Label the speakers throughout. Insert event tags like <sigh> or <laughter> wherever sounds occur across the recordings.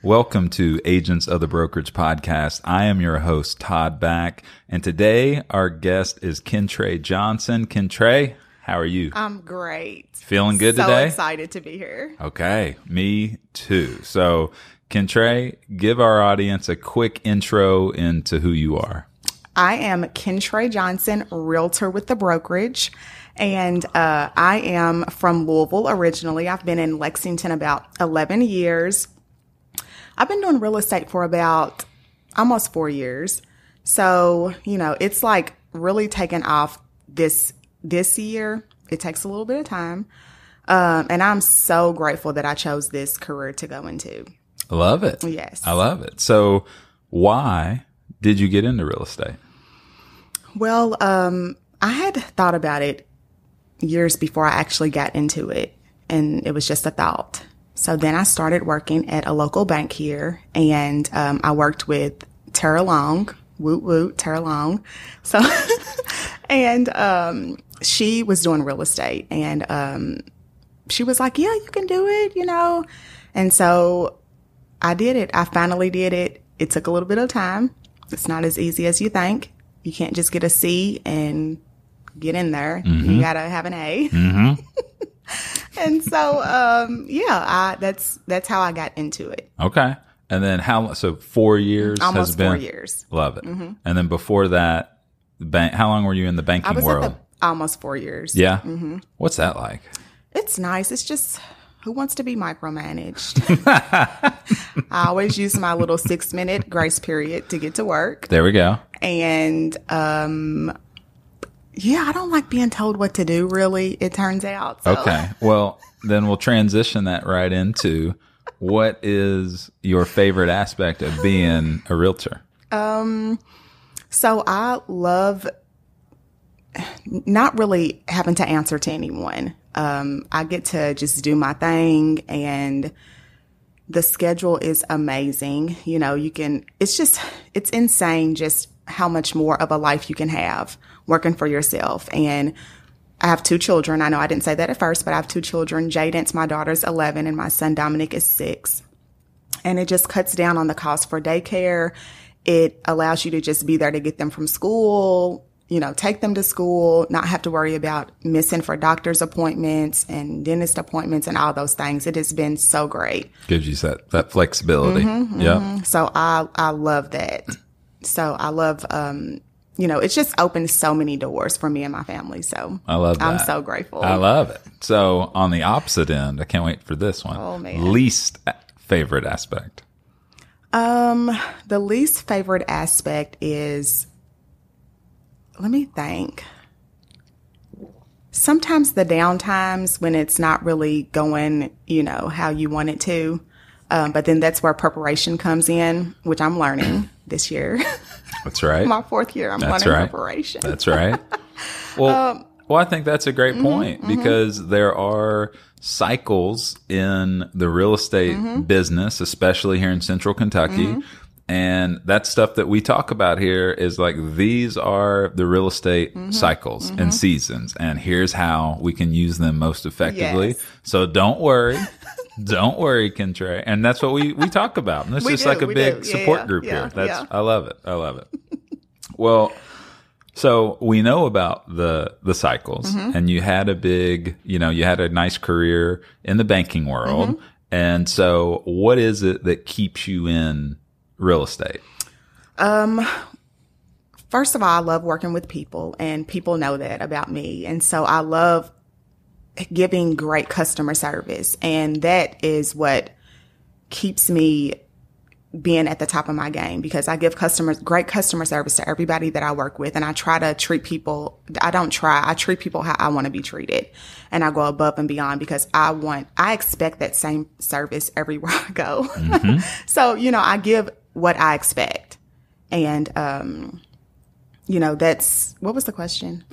Speaker 1: Welcome to Agents of the Brokerage podcast. I am your host, Todd Back. And today our guest is Kentray Johnson. Kentray, how are you?
Speaker 2: I'm great.
Speaker 1: Feeling good
Speaker 2: so
Speaker 1: today?
Speaker 2: excited to be here.
Speaker 1: Okay, me too. So, Kentray, give our audience a quick intro into who you are.
Speaker 2: I am Kentray Johnson, realtor with the brokerage, and uh, I am from Louisville originally. I've been in Lexington about 11 years. I've been doing real estate for about almost four years. So, you know, it's like really taken off this this year. It takes a little bit of time. Um, and I'm so grateful that I chose this career to go into.
Speaker 1: Love it.
Speaker 2: Yes.
Speaker 1: I love it. So, why did you get into real estate?
Speaker 2: Well, um, I had thought about it years before I actually got into it, and it was just a thought. So then I started working at a local bank here, and um, I worked with Tara Long, woot woot, Tara Long. So, <laughs> and um, she was doing real estate, and um, she was like, "Yeah, you can do it," you know. And so I did it. I finally did it. It took a little bit of time. It's not as easy as you think. You can't just get a C and get in there.
Speaker 1: Mm-hmm.
Speaker 2: You gotta have an A. <laughs> and so, um, yeah, I, that's that's how I got into it.
Speaker 1: Okay. And then how so 4 years has
Speaker 2: Almost
Speaker 1: been
Speaker 2: four years.
Speaker 1: Love it. And then before that, bank how long were you in the
Speaker 2: Mm-hmm. I
Speaker 1: banking
Speaker 2: was
Speaker 1: world?
Speaker 2: at the Mm-hmm. almost four years.
Speaker 1: yeah. What's that like?
Speaker 2: It's nice. It's just who wants to be
Speaker 1: <laughs>
Speaker 2: micromanaged? I always use my little six minute grace period to get to work.
Speaker 1: There we go.
Speaker 2: and um yeah i don't like being told what to do really it turns out so.
Speaker 1: Okay. Well, then we'll transition that right into what is your favorite aspect of being a realtor?
Speaker 2: so i love not really having to answer to anyone um i get to just do my thing and the schedule is amazing you know you can it's just it's insane just how much more of a life you can have working for yourself and I have two children. I know I didn't say that at first, but I have two children. Jaden's my daughter's 11 and my son Dominic is 6. And it just cuts down on the cost for daycare. It allows you to just be there to get them from school, you know, take them to school, not have to worry about missing for doctor's appointments and dentist appointments and all those things. It has been so great.
Speaker 1: Gives you that that flexibility.
Speaker 2: Mm-hmm,
Speaker 1: Yeah.
Speaker 2: So I I love that. So I love um you know, it's just opened so many doors for me and my family. So
Speaker 1: I love
Speaker 2: I'm
Speaker 1: that.
Speaker 2: so grateful.
Speaker 1: I love it. So, on the opposite end, I can't wait for this one.
Speaker 2: Oh, man.
Speaker 1: Least a- favorite aspect.
Speaker 2: the least favorite aspect is let me think sometimes the downtimes when it's not really going you know how you want it to um, but then that's where preparation comes in which i'm learning this year <laughs>
Speaker 1: That's right.
Speaker 2: my fourth year i'm
Speaker 1: That's
Speaker 2: learning
Speaker 1: right.
Speaker 2: preparation
Speaker 1: That's right. Well, well, I think that's a great point because there are cycles in the real estate business, especially here in Central Kentucky. And that stuff that we talk about here is like these are the real estate cycles and seasons, and here's how we can use them most effectively.
Speaker 2: Yes.
Speaker 1: So don't worry, <laughs> don't worry, Kentre. And that's what we we talk about. And it's
Speaker 2: We
Speaker 1: just
Speaker 2: do,
Speaker 1: like a
Speaker 2: we
Speaker 1: big
Speaker 2: do. Yeah,
Speaker 1: support
Speaker 2: yeah,
Speaker 1: group
Speaker 2: yeah,
Speaker 1: here. That's
Speaker 2: yeah.
Speaker 1: I love it. I love it. <laughs> Well, so we know about the the cycles,
Speaker 2: Mm-hmm.
Speaker 1: and you had a big, you know, you had a nice career in the banking world,
Speaker 2: Mm-hmm.
Speaker 1: and so what is it that keeps you in real
Speaker 2: <laughs>
Speaker 1: estate?
Speaker 2: first of all, I love working with people and people know that about me. And so I love giving great customer service. And that is what keeps me being at the top of my game because I give customers great customer service to everybody that I work with. And I try to treat people, I don't try, I treat people how I want to be treated. And I go above and beyond because I want, I expect that same service everywhere <laughs> I go. <laughs> so, you know, I give what I expect. And, um, you know, that's what was the question?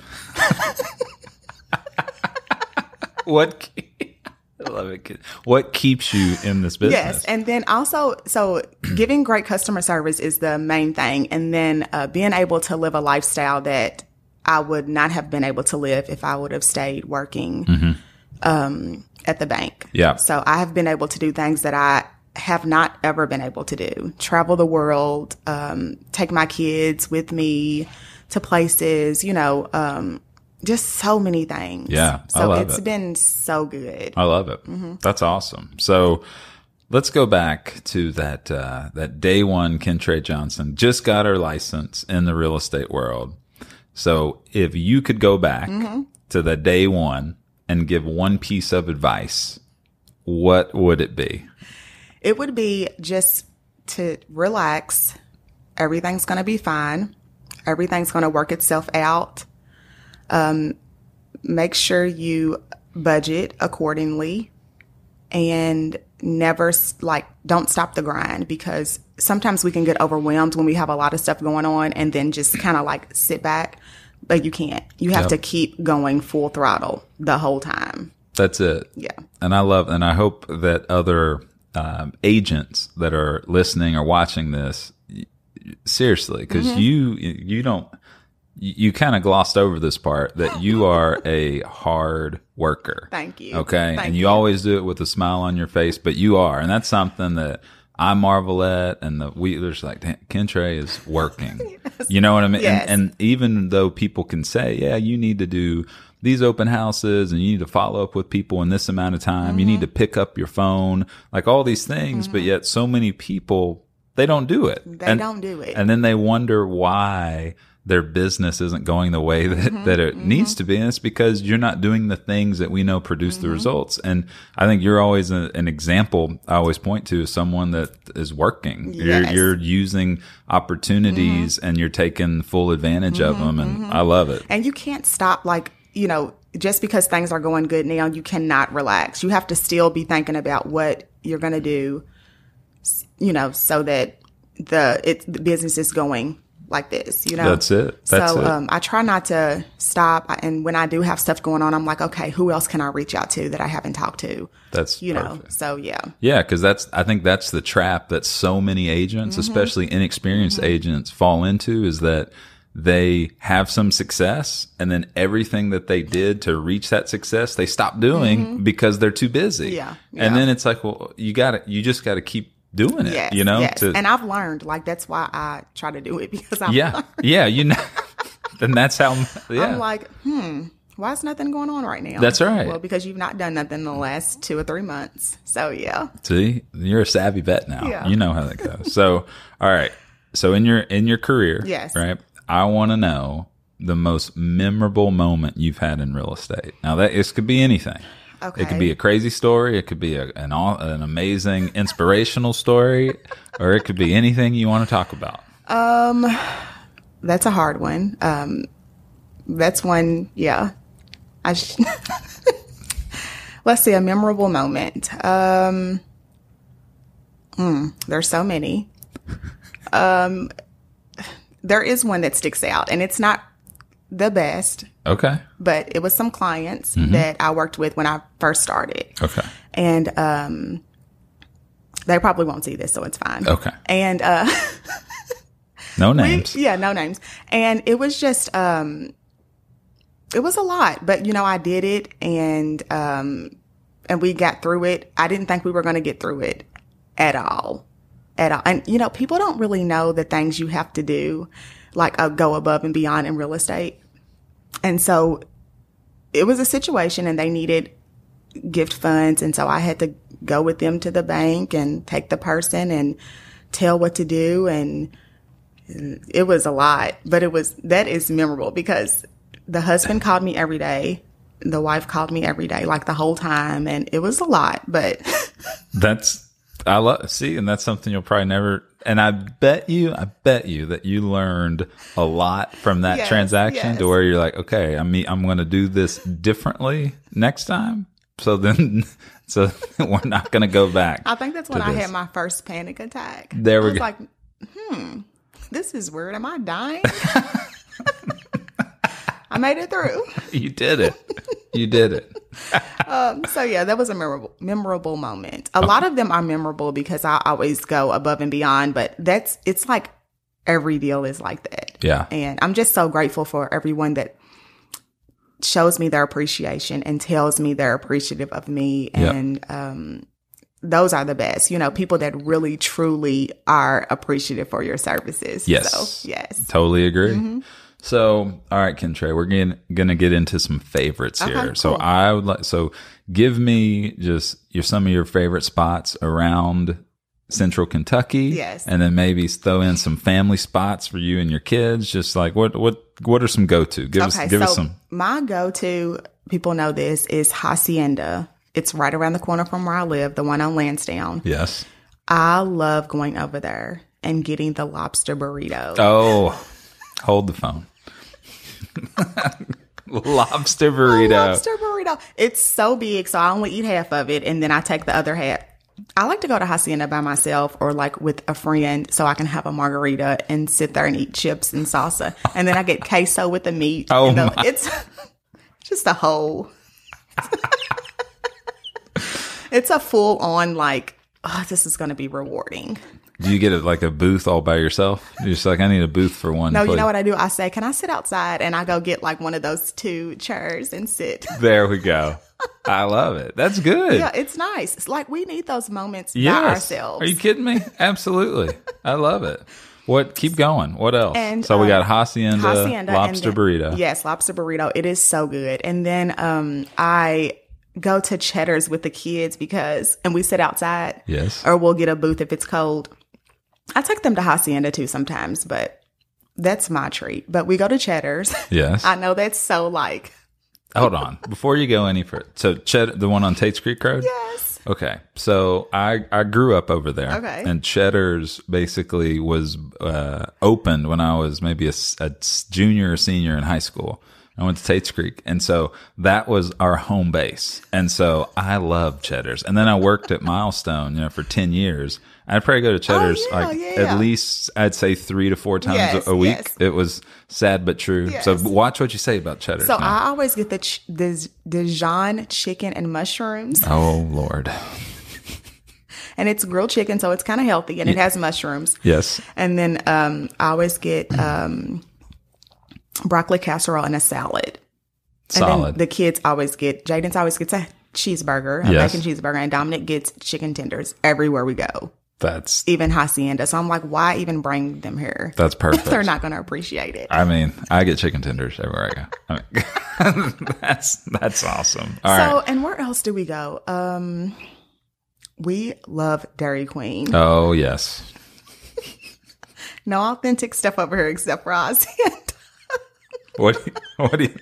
Speaker 1: What ke- <laughs> I love it. Ke- What keeps you in this business?
Speaker 2: Yes. And then also, so <clears throat> giving great customer service is the main thing. And then uh, being able to live a lifestyle that I would not have been able to live if I would have stayed working um, at the bank.
Speaker 1: Mm-hmm. Yeah.
Speaker 2: So I have been able to do things that I have not ever been able to do travel the world, um, take my kids with me to places, you know, um, just so many things.
Speaker 1: Yeah, I
Speaker 2: So
Speaker 1: love
Speaker 2: it's
Speaker 1: it.
Speaker 2: been so good.
Speaker 1: I love it. That's awesome. So let's go back to that uh, that day one. Kentre Johnson just got her license in the real estate world. So if you could go back to the day one and give one piece of advice, what would it be?
Speaker 2: It would be just to relax. Everything's going to be fine. Everything's going to work itself out. Um, make sure you budget accordingly and never s- like don't stop the grind because sometimes we can get overwhelmed when we have a lot of stuff going on and then just kind of like sit back but you can't you have to keep going full throttle the whole time
Speaker 1: That's it.
Speaker 2: yeah
Speaker 1: And I love, and I hope that other um, agents that are listening or watching this, y- y- seriously, because you you don't you, you kind of glossed over this part that you are a hard worker.
Speaker 2: Thank you.
Speaker 1: Okay,
Speaker 2: Thank
Speaker 1: and you, always do it with a smile on your face, but you are, and that's something that. I marvel at, and the we there's like "Damn, Kentre is working. You know what I mean?
Speaker 2: <laughs> Yes.
Speaker 1: And, and even though people can say, yeah, you need to do these open houses and you need to follow up with people in this amount of time, you
Speaker 2: Mm-hmm.
Speaker 1: need to pick up your phone, like all these things, but yet so many people they don't do it.
Speaker 2: They don't do it.
Speaker 1: And then they wonder why their business isn't going the way that,
Speaker 2: Mm-hmm,
Speaker 1: that it needs to be. And it's because you're not doing the things that we know produce
Speaker 2: Mm-hmm.
Speaker 1: the results. And I think you're always a, an example I always point to is someone that is working.
Speaker 2: Yes.
Speaker 1: You're,
Speaker 2: Mm-hmm.
Speaker 1: you're using opportunities and you're taking full advantage of 'em of them. And I love it.
Speaker 2: And you can't stop, like, you know, just because things are going good now, you cannot relax. You have to still be thinking about what you're going to do, s- you know, so that the it the business is going like this, you know.
Speaker 1: That's it. That's
Speaker 2: so
Speaker 1: it.
Speaker 2: Um, I try not to stop, I- and when I do have stuff going on, I'm like, okay, who else can I reach out to that I haven't talked to?
Speaker 1: That's
Speaker 2: You know,
Speaker 1: perfect.
Speaker 2: so yeah,
Speaker 1: Yeah, because that's I think that's the trap that so many agents,
Speaker 2: Mm-hmm.
Speaker 1: especially inexperienced agents, fall into is that they have some success and then everything that they did to reach that success they stop doing because they're too busy.
Speaker 2: Mm-hmm. Yeah, yeah.
Speaker 1: and then it's like, well, you got to you just got to keep doing it.
Speaker 2: yes,
Speaker 1: you know,
Speaker 2: yes.
Speaker 1: to-
Speaker 2: and I've learned, like, that's why I try to do it <laughs> because I'm,
Speaker 1: yeah, yeah, you know, <laughs> and that's how. Yeah,
Speaker 2: I'm like, hmm, why is nothing going on right now?
Speaker 1: That's right.
Speaker 2: Well, because you've not done nothing in the last two or three months. So yeah,
Speaker 1: See, you're a savvy vet now.
Speaker 2: Yeah.
Speaker 1: You know how that goes. so, all right. So in your in your career,
Speaker 2: Yes.
Speaker 1: right? I want to know the most memorable moment you've had in real estate. Now that this could be anything.
Speaker 2: okay.
Speaker 1: It could be a crazy story. It could be a, an aw- an amazing inspirational story, or it could be anything you want to talk about.
Speaker 2: that's a hard one. Um, that's one. Yeah, I. Sh- <laughs> Let's see a memorable moment. Um, hmm, there's so many. Um, there is one that sticks out, and it's not the best,
Speaker 1: Okay.
Speaker 2: but it was some clients
Speaker 1: Mm-hmm.
Speaker 2: that I worked with when I first started.
Speaker 1: Okay.
Speaker 2: and um, they probably won't see this, so it's fine.
Speaker 1: Okay.
Speaker 2: And uh,
Speaker 1: No names.
Speaker 2: yeah, no names. And it was just, um, it was a lot, but you know, I did it, and um, and we got through it. I didn't think we were going to get through it at all, at all. And you know, people don't really know the things you have to do, like uh, go above and beyond in real estate. And so, it was a situation, and they needed gift funds and so I had to go with them to the bank and take the person and tell what to do and it was a lot but it was that is memorable because the husband called me every day the wife called me every day like the whole time and it was a lot but <laughs>
Speaker 1: That's I love see, and that's something you'll probably never. And I bet you, I bet you that you learned a lot from that
Speaker 2: Yes,
Speaker 1: transaction
Speaker 2: yes.
Speaker 1: to where you're like, okay, I mean, I'm going to do this differently next time. So then, <laughs> so we're not going to go back.
Speaker 2: I think that's when
Speaker 1: To
Speaker 2: I
Speaker 1: this.
Speaker 2: had my first panic attack
Speaker 1: There we
Speaker 2: I was
Speaker 1: go.
Speaker 2: like hmm this is weird am
Speaker 1: <laughs>
Speaker 2: I dying I made it through
Speaker 1: You did it. You did it.
Speaker 2: Um, So yeah, that was a memorable memorable moment. A lot of them are memorable because I always go above and beyond, but that's it's like every deal is like that. <laughs>
Speaker 1: Yeah.
Speaker 2: And I'm just so grateful for everyone that shows me their appreciation and tells me they're appreciative of me
Speaker 1: Yeah.
Speaker 2: and um those are the best, you know, people that really truly are appreciative for your services.
Speaker 1: Yes.
Speaker 2: So, yes. Mm-hmm.
Speaker 1: Totally agree. So, all right, Kentre, we're getting, gonna get into some favorites here. So
Speaker 2: cool.
Speaker 1: I would like, so give me just your, some of your favorite spots around central Kentucky.
Speaker 2: Yes.
Speaker 1: And then maybe throw in some family spots for you and your kids. Just like what, what, what are some go-to? Give us, give
Speaker 2: so
Speaker 1: us some.
Speaker 2: My go to, people know this, is Hacienda. It's right around the corner from where I live, the one on Lansdowne.
Speaker 1: Yes.
Speaker 2: I love going over there and getting the lobster burrito.
Speaker 1: Oh, hold the
Speaker 2: <laughs>
Speaker 1: phone. lobster burrito.
Speaker 2: Lobster burrito. It's so big, so I only eat half of it and then I take the other half. I like to go to Hacienda by myself or like with a friend so I can have a margarita and sit there and eat chips and salsa. And then I get queso with the meat.
Speaker 1: Oh
Speaker 2: and the-
Speaker 1: my.
Speaker 2: It's <laughs> just a whole. <laughs> it's a full on like, oh, this is going to be rewarding.
Speaker 1: Do you get it like a booth all by yourself? You're just like, I need a booth for one.
Speaker 2: No, you
Speaker 1: please."
Speaker 2: know what I do? I say, can I sit outside? And I go get like one of those two chairs and sit.
Speaker 1: There we go. I love it. That's good.
Speaker 2: Yeah, it's nice. It's like we need those moments
Speaker 1: Yes.
Speaker 2: by ourselves.
Speaker 1: Are you kidding me? Absolutely. I love it. What? Keep going. What else?
Speaker 2: And,
Speaker 1: so we
Speaker 2: um,
Speaker 1: got hacienda,
Speaker 2: Hacienda and
Speaker 1: lobster
Speaker 2: then-
Speaker 1: burrito.
Speaker 2: Yes, lobster burrito. It is so good. And then um I go to Cheddar's with the kids because and we sit outside
Speaker 1: Yes.
Speaker 2: or we'll get a booth if it's cold. I take them to Hacienda too sometimes, but that's my treat. But we go to Cheddar's. <laughs>
Speaker 1: Yes.
Speaker 2: I know that's so like
Speaker 1: Hold on. Before you go any further, so Ched- the one on Tate's Creek Road.
Speaker 2: yes.
Speaker 1: Okay, so I I grew up over there.
Speaker 2: Okay.
Speaker 1: and Cheddar's basically was uh, opened when I was maybe a, s- a s- junior or senior in high school. I went to Tate's Creek, and so that was our home base. And so I loved Cheddar's. And then I worked at Milestone, you know, for ten years. I'd probably go to Cheddar's
Speaker 2: Oh, yeah,
Speaker 1: like
Speaker 2: yeah, yeah.
Speaker 1: at least I'd say three to four times
Speaker 2: Yes,
Speaker 1: a, a week.
Speaker 2: yes.
Speaker 1: It was sad but true. So
Speaker 2: Yes.
Speaker 1: watch what you say about Cheddar's.
Speaker 2: So
Speaker 1: now.
Speaker 2: I always get the ch- the Dijon chicken and mushrooms.
Speaker 1: oh Lord,
Speaker 2: and it's grilled chicken, so it's kind of healthy, and it has mushrooms.
Speaker 1: yes,
Speaker 2: And then um, I always get um, broccoli casserole and a salad. And
Speaker 1: solid.
Speaker 2: then the kids always get Jaden's always gets a cheeseburger, a
Speaker 1: Yes.
Speaker 2: bacon cheeseburger, and Dominic gets chicken tenders everywhere we go,
Speaker 1: That's
Speaker 2: even hacienda. So I'm like, why even bring them here?
Speaker 1: that's perfect.
Speaker 2: They're not going to appreciate it.
Speaker 1: I mean, I get chicken tenders everywhere I go. I mean, <laughs> that's that's awesome. All right.
Speaker 2: so and where else do we go? Um, we love Dairy Queen.
Speaker 1: Oh yes,
Speaker 2: No authentic stuff over here except for hacienda.
Speaker 1: what do you, what do you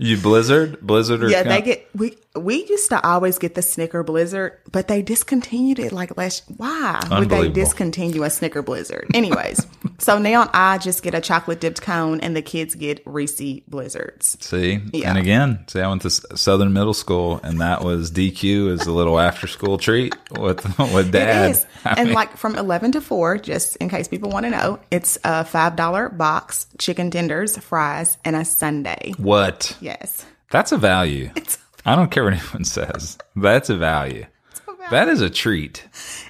Speaker 1: you Blizzard Blizzard or
Speaker 2: Yeah,
Speaker 1: Con-
Speaker 2: they get we we used to always get the Snicker Blizzard, but they discontinued it like last. Why would they
Speaker 1: Unbelievable.
Speaker 2: discontinue a Snicker Blizzard?
Speaker 1: <laughs>
Speaker 2: Anyways, so now I just get a chocolate dipped cone, and the kids get Reese Blizzards.
Speaker 1: See,
Speaker 2: Yeah.
Speaker 1: and again, see, I went to S- Southern Middle School, and that was DQ as a little after school treat with <laughs> with
Speaker 2: It
Speaker 1: dad. <laughs>
Speaker 2: is, and like from eleven to four, just in case people want to know, it's a five dollar box chicken tenders, fries, and a sundae.
Speaker 1: What?
Speaker 2: Yes, <laughs>
Speaker 1: That's a value.
Speaker 2: it's
Speaker 1: I don't care what anyone says. That's a value. That is a treat.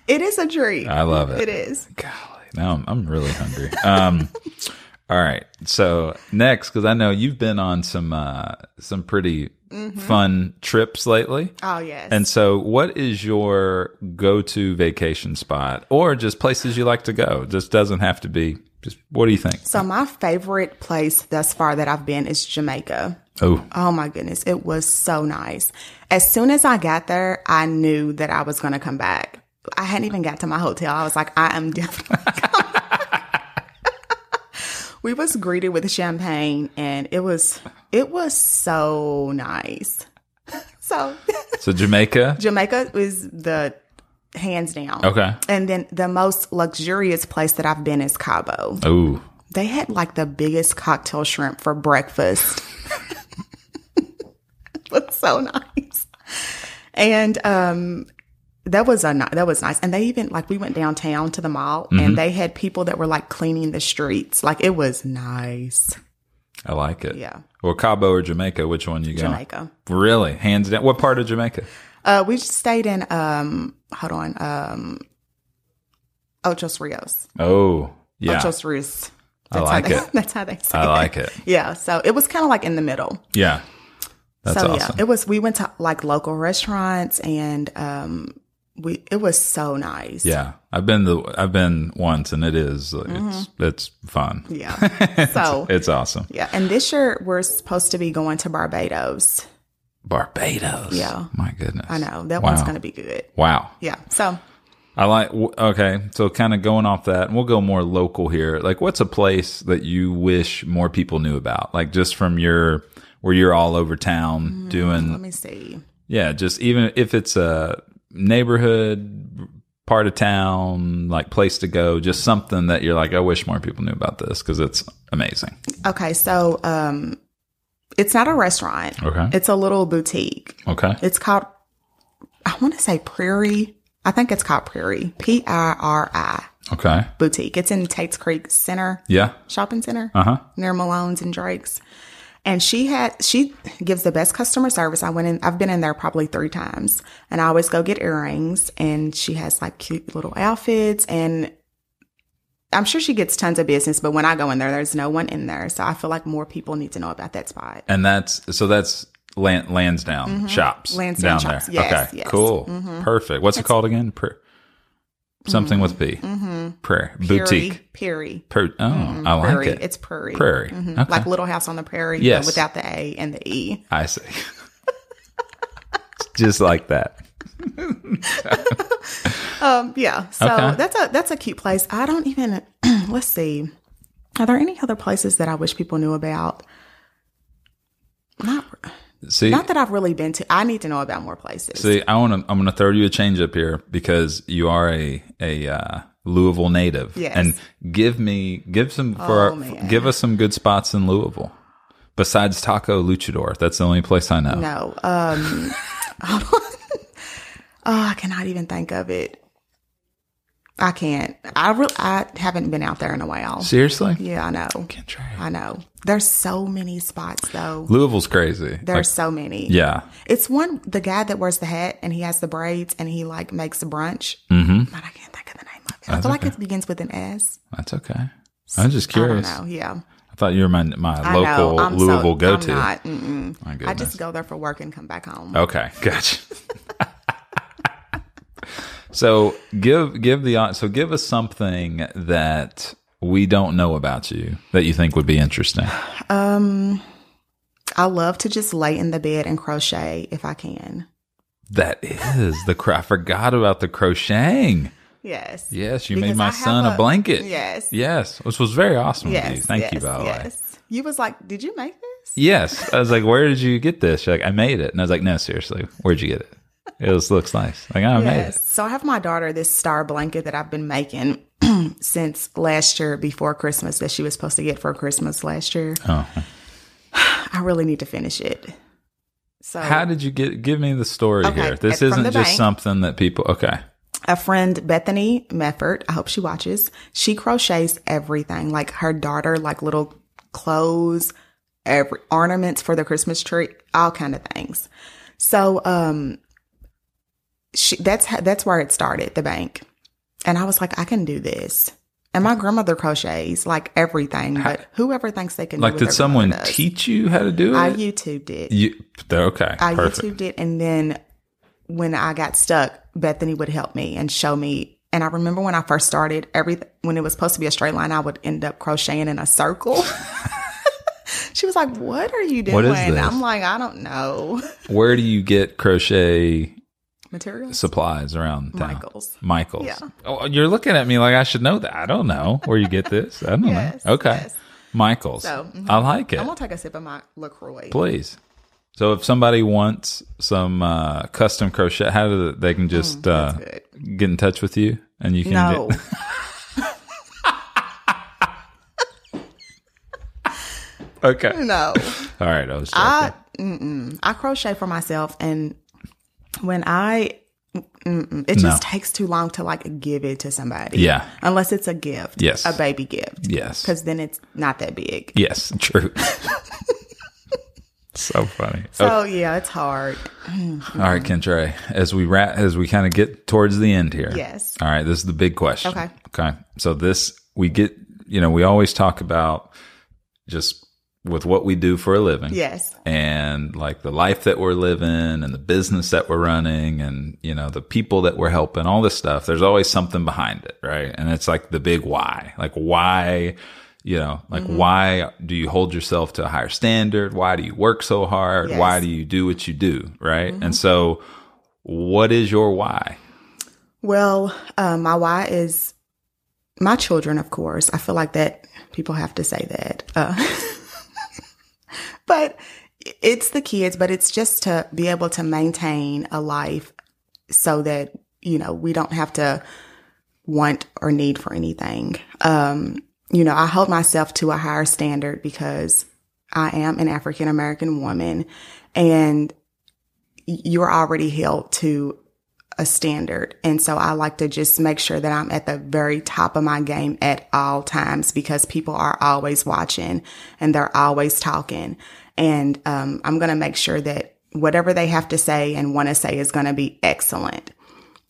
Speaker 2: it is a treat.
Speaker 1: I love it.
Speaker 2: it is.
Speaker 1: Golly, now I'm, I'm really hungry. Um, <laughs> all right, so next, because I know you've been on some uh, some pretty
Speaker 2: Mm-hmm.
Speaker 1: fun trips lately,
Speaker 2: Oh yes.
Speaker 1: and so what is your go to vacation spot, or just places you like to go? Just doesn't have to be. Just what do you think?
Speaker 2: so my favorite place thus far that I've been is Jamaica.
Speaker 1: Oh,
Speaker 2: Oh my goodness, it was so nice. As soon as I got there, I knew that I was going to come back. I hadn't even got to my hotel. I was like, I am definitely <laughs> coming. we was greeted with champagne and it was it was so nice. <laughs> So
Speaker 1: so Jamaica.
Speaker 2: Jamaica is the hands down.
Speaker 1: Okay.
Speaker 2: And then the most luxurious place that I've been is Cabo.
Speaker 1: Oh,
Speaker 2: They had like the biggest cocktail shrimp for breakfast. <laughs> it was so nice. And um that was a ni- that was nice. And they even like we went downtown to the mall
Speaker 1: Mm-hmm.
Speaker 2: and they had people that were like cleaning the streets. Like it was nice.
Speaker 1: I like it.
Speaker 2: Yeah.
Speaker 1: Well, Cabo or Jamaica, which one you got?
Speaker 2: Jamaica.
Speaker 1: Really, hands down. What part of Jamaica?
Speaker 2: Uh we just stayed in um hold on, um Ochos Rios.
Speaker 1: Oh, yeah,
Speaker 2: Ochos Rios.
Speaker 1: I
Speaker 2: That's how
Speaker 1: like
Speaker 2: they-
Speaker 1: it.
Speaker 2: <laughs>
Speaker 1: Uh,
Speaker 2: That's how they say
Speaker 1: I like
Speaker 2: it.
Speaker 1: it.
Speaker 2: Yeah. So it was kind of like in the middle.
Speaker 1: Yeah. That's
Speaker 2: so
Speaker 1: awesome.
Speaker 2: yeah, it was. We went to like local restaurants and um, we it was so nice.
Speaker 1: Yeah, I've been the I've been once, and it is- it's
Speaker 2: Mm-hmm.
Speaker 1: it's fun. <laughs>
Speaker 2: Yeah. So
Speaker 1: It's awesome.
Speaker 2: yeah, and this year we're supposed to be going to Barbados.
Speaker 1: Barbados.
Speaker 2: Yeah.
Speaker 1: my goodness.
Speaker 2: I know that
Speaker 1: wow.
Speaker 2: one's going to be good.
Speaker 1: Wow.
Speaker 2: Yeah. So
Speaker 1: I like. w- Okay, so kind of going off that, and we'll go more local here. Like, what's a place that you wish more people knew about? Like, just from your where you're all over town
Speaker 2: Mm.
Speaker 1: doing
Speaker 2: let me see.
Speaker 1: Yeah, just even if it's a neighborhood part of town, like place to go, just something that you're like, I wish more people knew about this because it's amazing.
Speaker 2: Okay, so um, it's not a restaurant.
Speaker 1: Okay.
Speaker 2: It's a little boutique.
Speaker 1: Okay.
Speaker 2: It's called. I want to say Prairie. I think it's called Prairie. P I R I
Speaker 1: Okay.
Speaker 2: boutique. It's in Tates Creek Center
Speaker 1: Yeah.
Speaker 2: Shopping Center
Speaker 1: Uh huh.
Speaker 2: near Malone's and Drake's. And she had she gives the best customer service. I went in I've been in there probably 3 times and I always go get earrings and she has like cute little outfits and I'm sure she gets tons of business, but when I go in there there's no one in there. So I feel like more people need to know about that spot.
Speaker 1: And that's so that's land, Lansdowne shops
Speaker 2: Lansdowne
Speaker 1: down
Speaker 2: Mm-hmm. shops.
Speaker 1: there.
Speaker 2: Yes,
Speaker 1: okay.
Speaker 2: yes. Mm-hmm.
Speaker 1: Cool. Perfect. What's it called again? Prayer. Something with
Speaker 2: Mm-hmm.
Speaker 1: B. Prayer boutique.
Speaker 2: Prairie.
Speaker 1: Per- oh, I like
Speaker 2: Mm-hmm. Prairie.
Speaker 1: it.
Speaker 2: It's prairie.
Speaker 1: Prairie.
Speaker 2: Mhm.
Speaker 1: Okay.
Speaker 2: Like Little House on the Prairie,
Speaker 1: Yes.
Speaker 2: but without the A and the E.
Speaker 1: I see. <laughs> just like that.
Speaker 2: Um, yeah. So
Speaker 1: Okay.
Speaker 2: that's a that's a cute place. I don't even <clears throat> let's see. Are there any other places that I wish people knew about? Not
Speaker 1: See,
Speaker 2: not that I've really been to. I need to know about more places.
Speaker 1: See, I want to. I'm going to throw you a change up here because you are a a uh, Louisville native,
Speaker 2: Yes.
Speaker 1: and give me give some for
Speaker 2: Oh,
Speaker 1: our,
Speaker 2: man.
Speaker 1: give us some good spots in Louisville. Besides Taco Luchador, that's the only place I know.
Speaker 2: No. Um <laughs> Oh, I cannot even think of it. I can't. I re- I haven't been out there in a while.
Speaker 1: Seriously,
Speaker 2: Yeah, I know.
Speaker 1: Can't try it.
Speaker 2: I know. There's so many spots though.
Speaker 1: Louisville's crazy.
Speaker 2: There's
Speaker 1: Like,
Speaker 2: so many.
Speaker 1: yeah,
Speaker 2: It's one the guy that wears the hat and he has the braids and he like makes a brunch. Mm-hmm. But I can't think of the name of it. I feel like it begins with an S.
Speaker 1: that's okay. I'm just curious.
Speaker 2: I
Speaker 1: I,
Speaker 2: don't know. Yeah.
Speaker 1: thought you were my my
Speaker 2: I
Speaker 1: local
Speaker 2: know. I'm so-
Speaker 1: Louisville
Speaker 2: I'm
Speaker 1: go to.
Speaker 2: not. Mm-mm.
Speaker 1: My
Speaker 2: I
Speaker 1: goodness. Oh.
Speaker 2: just go there for work and come back home.
Speaker 1: Okay, <laughs> gotcha. so give give the au- so give us something that we don't know about you that you think would be interesting.
Speaker 2: Um, I love to just lay in the bed and crochet if I can.
Speaker 1: That is the cro I forgot about the crocheting.
Speaker 2: Yes.
Speaker 1: Yes, you
Speaker 2: Because
Speaker 1: made my
Speaker 2: I have
Speaker 1: son a, blanket.
Speaker 2: Yes.
Speaker 1: Yes, which was very awesome of you.
Speaker 2: Yes.
Speaker 1: Thank you,
Speaker 2: yes,
Speaker 1: by the way.
Speaker 2: yes. You was like, did you make this?
Speaker 1: Yes, I was like, "Where did you get this?" She's like, "I made it," and I was like, "No, seriously, where'd you get it?" It was, looks nice. Like I made it.
Speaker 2: So I have my daughter this star blanket that I've been making <clears throat> since last year before Christmas that she was supposed to get for Christmas last year.
Speaker 1: Oh.
Speaker 2: <sighs> I really need to finish it. So
Speaker 1: How did you get? Give me the story
Speaker 2: Okay,
Speaker 1: here. This
Speaker 2: from the
Speaker 1: isn't just
Speaker 2: bank.
Speaker 1: something that people. Okay.
Speaker 2: a friend Bethany Mefford, I hope she watches. She crochets everything, like her daughter, like little clothes, every ornaments for the Christmas tree, all kind of things. So um she that's how, that's where it started, the bank. And I was like, I can do this. And my grandmother crochets like everything, but whoever thinks they can
Speaker 1: Like,
Speaker 2: do it,
Speaker 1: did someone
Speaker 2: teach?
Speaker 1: teach you how to do it?
Speaker 2: I YouTubed it.
Speaker 1: you, okay.
Speaker 2: I
Speaker 1: perfect.
Speaker 2: YouTubed it, and then when I got stuck, Bethany would help me and show me. And I remember when I first started, every when it was supposed to be a straight line, I would end up crocheting in a circle. <laughs> she was like, "What are you doing?"
Speaker 1: What is this?
Speaker 2: I'm like, "I
Speaker 1: <laughs>
Speaker 2: don't know."
Speaker 1: Where do you get crochet
Speaker 2: Materials,
Speaker 1: supplies around town?
Speaker 2: Michaels.
Speaker 1: Michaels.
Speaker 2: Yeah.
Speaker 1: Oh, you're looking at me like I should know that. I don't know where you get this. I don't
Speaker 2: Yes,
Speaker 1: know. Okay.
Speaker 2: yes.
Speaker 1: Michaels.
Speaker 2: So, mhm.
Speaker 1: I like it.
Speaker 2: I'm gonna take a sip of my Lacroix.
Speaker 1: Please. So if somebody wants some uh, custom crochet, how do they, they can just uh,
Speaker 2: Mm, good.
Speaker 1: get in touch with you and you can
Speaker 2: No.
Speaker 1: do- <laughs> okay.
Speaker 2: <laughs> no,
Speaker 1: All right. I was joking.
Speaker 2: I mm-mm. I crochet for myself, and when I mm-mm, it just takes too long to like give it to somebody.
Speaker 1: yeah.
Speaker 2: unless it's a gift.
Speaker 1: Yes.
Speaker 2: a baby gift.
Speaker 1: Yes.
Speaker 2: because then it's not that big.
Speaker 1: Yes,
Speaker 2: <laughs>
Speaker 1: true. so funny.
Speaker 2: So yeah, it's hard.
Speaker 1: All right, Kentre, as we wrap, as we kind of get towards the end here.
Speaker 2: Yes.
Speaker 1: All right, this is the big question.
Speaker 2: Okay.
Speaker 1: Okay. So this we get, you know, we always talk about just with what we do for a living.
Speaker 2: Yes.
Speaker 1: And like the life that we're living and the business that we're running and, you know, the people that we're helping, all this stuff, there's always something behind it. Right. And it's like the big why. Like, why, you know, like,
Speaker 2: Mm-hmm.
Speaker 1: why do you hold yourself to a higher standard? Why do you work so hard?
Speaker 2: Yes. Mm-hmm.
Speaker 1: Why do you do what you do? Right. And so, what is your why?
Speaker 2: Well, uh, my why is my children, of course. I feel like that people have to say that. Uh, <laughs> but it's the kids, but it's just to be able to maintain a life so that, you know, we don't have to want or need for anything. Um, you know, I hold myself to a higher standard because I am an African American woman and you're already held to a standard. And so I like to just make sure that I'm at the very top of my game at all times because people are always watching and they're always talking. And um, I'm going to make sure that whatever they have to say and want to say is going to be excellent.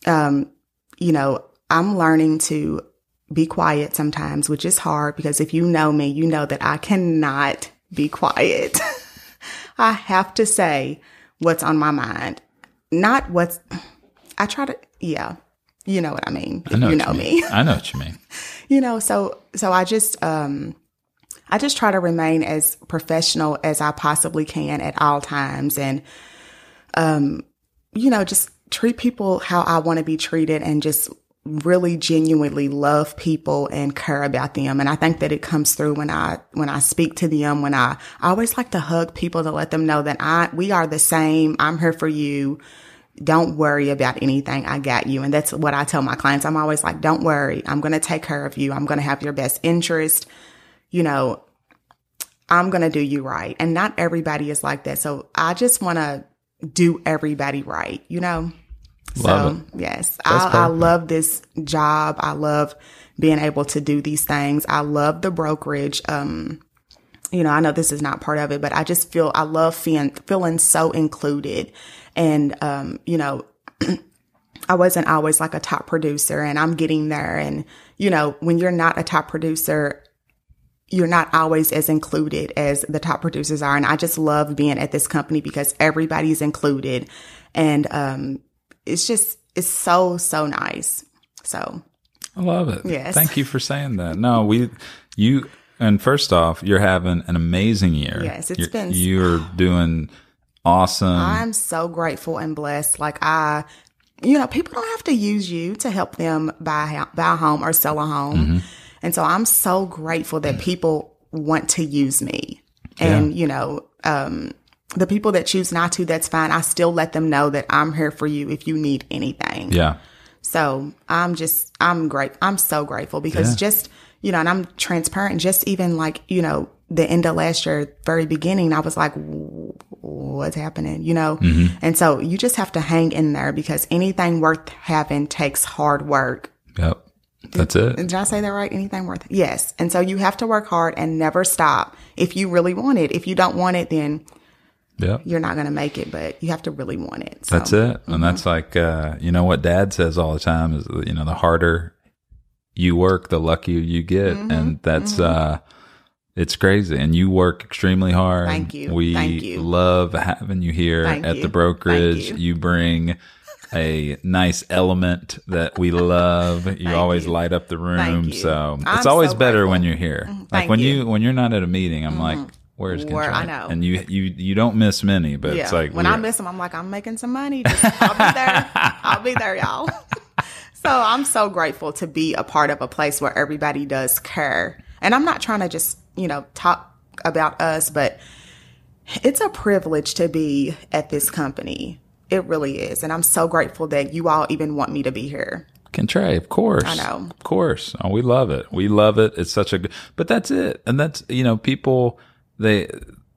Speaker 2: Um, you know, I'm learning to be quiet sometimes, which is hard because if you know me, you know that I cannot be quiet. <laughs> I have to say what's on my mind, not what's. I try to, yeah, you know what I mean.
Speaker 1: I know
Speaker 2: you
Speaker 1: what
Speaker 2: know
Speaker 1: you
Speaker 2: me
Speaker 1: mean. I know what you
Speaker 2: <laughs>
Speaker 1: mean.
Speaker 2: you know so so i just um i just try to remain as professional as i possibly can at all times and um you know just treat people how i want to be treated and just really genuinely love people and care about them and i think that it comes through when i when i speak to them when i i always like to hug people to let them know that i we are the same i'm here for you don't worry about anything. I got you. And that's what I tell my clients. I'm always like, don't worry. I'm going to take care of you. I'm going to have your best interest. You know, I'm going to do you right. And not everybody is like that. So I just want to do everybody right, you know?
Speaker 1: Love
Speaker 2: so, yes, I, I
Speaker 1: perfect.
Speaker 2: love this job. I love being able to do these things. I love the brokerage. Um, you know, I know this is not part of it, but I just feel I love feeling feeling so included, and um, you know, <clears throat> I wasn't always like a top producer, and I'm getting there, and you know, when you're not a top producer. You're not always as included as the top producers are. And I just love being at this company because everybody's included. And, um, it's just, it's so, so nice. So
Speaker 1: I love it.
Speaker 2: Yes.
Speaker 1: Thank you for saying that. No, we, you, and first off, you're having an amazing year.
Speaker 2: Yes, it's
Speaker 1: it's
Speaker 2: been-
Speaker 1: You're doing awesome.
Speaker 2: I'm so grateful and blessed. Like I, you know, people don't have to use you to help them buy a hou- buy a home or sell a home, and so I'm so grateful that people want to use me, and you know, um, the people that choose not to, that's fine. I still let them know that I'm here for you if you need anything.
Speaker 1: yeah.
Speaker 2: So I'm just, I'm great. I'm so grateful because just, you know, and I'm transparent, just even like, you know, the end of last year, very beginning, I was like, "W- what's happening, you know? And so you just have to hang in there because anything worth having takes hard work.
Speaker 1: Yep. That's it.
Speaker 2: Did I say that right? Anything worth? Yes. And so you have to work hard and never stop if you really want it. If you don't want it, then
Speaker 1: Yep.
Speaker 2: you're not going to make it, but you have to really want it. So.
Speaker 1: That's it.
Speaker 2: mm-hmm.
Speaker 1: And that's like, uh, you know, what dad says all the time is, you know, the harder you work, the luckier you get.
Speaker 2: Mm-hmm.
Speaker 1: And that's, uh, it's crazy. And you work extremely hard.
Speaker 2: Thank you.
Speaker 1: We
Speaker 2: Thank you.
Speaker 1: love having you here
Speaker 2: Thank
Speaker 1: at
Speaker 2: you.
Speaker 1: the brokerage. You.
Speaker 2: Thank
Speaker 1: bring a nice element that we love. You always
Speaker 2: you.
Speaker 1: light up the room.
Speaker 2: Thank you.
Speaker 1: So
Speaker 2: I'm
Speaker 1: it's always
Speaker 2: so
Speaker 1: better
Speaker 2: grateful. Mm-hmm.
Speaker 1: when you're here.
Speaker 2: Thank
Speaker 1: like when
Speaker 2: you. Mm-hmm.
Speaker 1: you. when you're not at a meeting, I'm like, where's
Speaker 2: Where- I
Speaker 1: Kendra?
Speaker 2: know.
Speaker 1: And you, you, you don't miss many, but
Speaker 2: Yeah.
Speaker 1: it's like
Speaker 2: when I
Speaker 1: we're-
Speaker 2: miss them, I'm like, I'm making some money. Just, I'll be
Speaker 1: <laughs>
Speaker 2: there. I'll be there, y'all. <laughs> so I'm so grateful to be a part of a place where everybody does care. And I'm not trying to just, you know, talk about us, but it's a privilege to be at this company. It really is. And I'm so grateful that you all even want me to be here.
Speaker 1: Can try, of course. I
Speaker 2: know.
Speaker 1: Of course. Oh, we love it. We love it. It's such a good, but that's it. And that's, you know, people, they,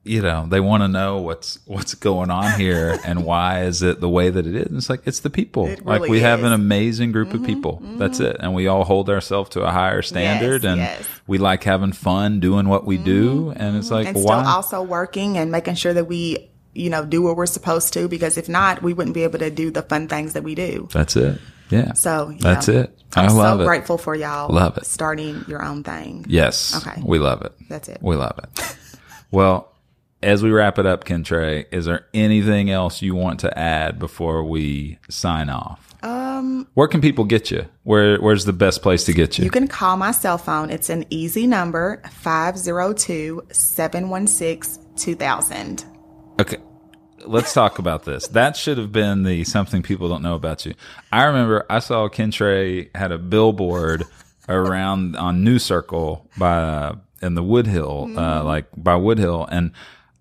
Speaker 1: you know, they want to know what's, what's going on
Speaker 2: <laughs>
Speaker 1: here and why is it the way that it is. And it's like, it's the people. like
Speaker 2: really
Speaker 1: we have
Speaker 2: is. Mm-hmm,
Speaker 1: an amazing group of people. That's it. And we all hold ourselves to a higher standard and
Speaker 2: yes. Mm-hmm,
Speaker 1: we like having fun doing what we do. And it's like,
Speaker 2: And
Speaker 1: why?
Speaker 2: still also working and making sure that we, you know, do what we're supposed to because if not, we wouldn't be able to do the fun things that we do.
Speaker 1: that's it. Yeah.
Speaker 2: So yeah.
Speaker 1: that's it. I
Speaker 2: I'm
Speaker 1: love
Speaker 2: so
Speaker 1: it.
Speaker 2: grateful for y'all.
Speaker 1: Love it.
Speaker 2: Starting your own thing.
Speaker 1: Yes.
Speaker 2: Okay.
Speaker 1: We love it.
Speaker 2: That's it.
Speaker 1: We love it. Well, as we wrap it up, Kentre, is there anything else you want to add before we sign off? Um, Where can people get you? Where Where's the best place to get you?
Speaker 2: You can call my cell phone. It's an easy number 502 716 2000.
Speaker 1: Okay. Let's talk about this. That should have been the something people don't know about you. I remember I saw Kentre had a billboard around on New Circle by uh, in the Woodhill,
Speaker 2: Mm-hmm.
Speaker 1: uh, like by Woodhill, and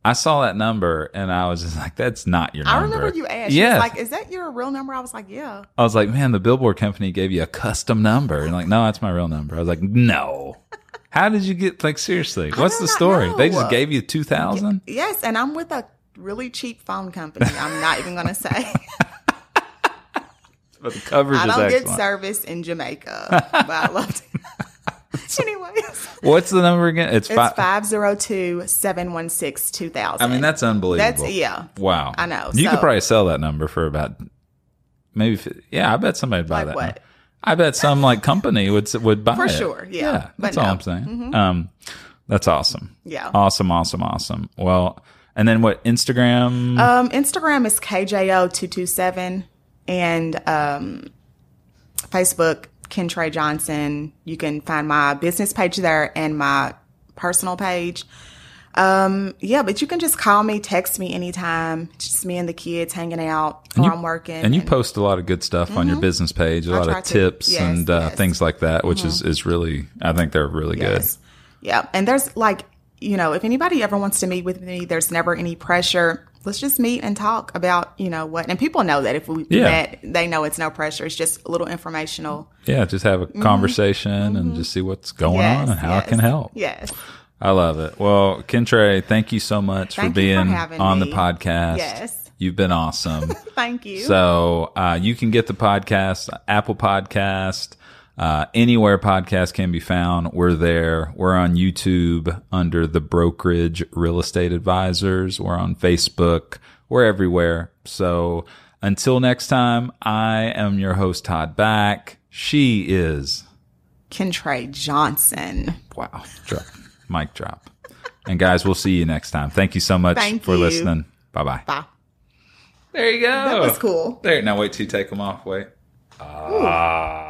Speaker 1: I saw that number and I was just like, "That's not your number."
Speaker 2: I remember you asked.
Speaker 1: Yeah,
Speaker 2: Yeah. Like, is that your real number? I was like, yeah.
Speaker 1: I was like, "Man, the billboard company gave you a custom number," and like, "No, that's my real number." I was like, "No." How did you get like seriously? What's
Speaker 2: do
Speaker 1: the
Speaker 2: not
Speaker 1: story? They just
Speaker 2: know.
Speaker 1: gave you two thousand.
Speaker 2: Yes. And I'm with a really cheap phone company. I'm not even
Speaker 1: <laughs>
Speaker 2: going to say.
Speaker 1: But the coverage
Speaker 2: I
Speaker 1: is
Speaker 2: don't get
Speaker 1: excellent.
Speaker 2: service in Jamaica, but I loved it. <laughs> Anyways,
Speaker 1: What's the number again? It's,
Speaker 2: it's
Speaker 1: five.
Speaker 2: 502 716 2000.
Speaker 1: I mean, that's unbelievable.
Speaker 2: That's- yeah.
Speaker 1: Wow.
Speaker 2: I know.
Speaker 1: You
Speaker 2: So-
Speaker 1: could probably sell that number for about maybe. fi- Yeah, I bet somebody'd buy
Speaker 2: Like
Speaker 1: that.
Speaker 2: what?
Speaker 1: number. I bet some like company would s- would buy
Speaker 2: For
Speaker 1: it.
Speaker 2: sure, yeah. But
Speaker 1: that's all
Speaker 2: no. Mm-hmm.
Speaker 1: I'm saying. Um, that's awesome.
Speaker 2: Yeah.
Speaker 1: Awesome. Awesome. Awesome. Well, and then what? Instagram.
Speaker 2: Um, Instagram is KJO227 and um, Facebook, Kentre Johnson. You can find my business page there and my personal page. Um, yeah, but you can just call me, text me anytime. It's just me and the kids hanging out or I'm working.
Speaker 1: and you post a lot of good stuff on your business page, a lot
Speaker 2: Mm-hmm. try
Speaker 1: of
Speaker 2: to.
Speaker 1: tips
Speaker 2: Yes,
Speaker 1: and uh,
Speaker 2: yes. Mm-hmm.
Speaker 1: things like that, which is, is really, I think they're really
Speaker 2: Yes. Yeah. And there's like, you know, if anybody ever wants to meet with me, there's never any pressure. Let's just meet and talk about, you know, what. And people know that if we
Speaker 1: Yeah.
Speaker 2: met, they know it's no pressure. It's just a little informational.
Speaker 1: good. Yeah, just have a conversation and just see what's going
Speaker 2: Mm-hmm. Yes,
Speaker 1: on and how
Speaker 2: yes,
Speaker 1: it can help.
Speaker 2: Yes.
Speaker 1: I love it. Well, Kentre, thank you so much
Speaker 2: Thank
Speaker 1: for
Speaker 2: you for
Speaker 1: being
Speaker 2: having
Speaker 1: on
Speaker 2: me.
Speaker 1: the podcast.
Speaker 2: Yes.
Speaker 1: You've been
Speaker 2: <laughs>
Speaker 1: awesome.
Speaker 2: Thank you.
Speaker 1: so uh, you can get the podcast, Apple Podcast, uh, anywhere podcast can be found. We're there. We're on YouTube under the Brokerage Real Estate Advisors. We're on Facebook. We're everywhere. So until next time, I am your host, Todd Back. She is.
Speaker 2: Kentre Johnson.
Speaker 1: Wow. Drop. Mic drop. And guys, we'll see you next time. Thank you so much
Speaker 2: Thank
Speaker 1: for
Speaker 2: you.
Speaker 1: listening. Bye bye.
Speaker 2: Bye.
Speaker 1: There you go. Oh.
Speaker 2: That was cool.
Speaker 1: There. Now wait till you take them off. Wait. Ah.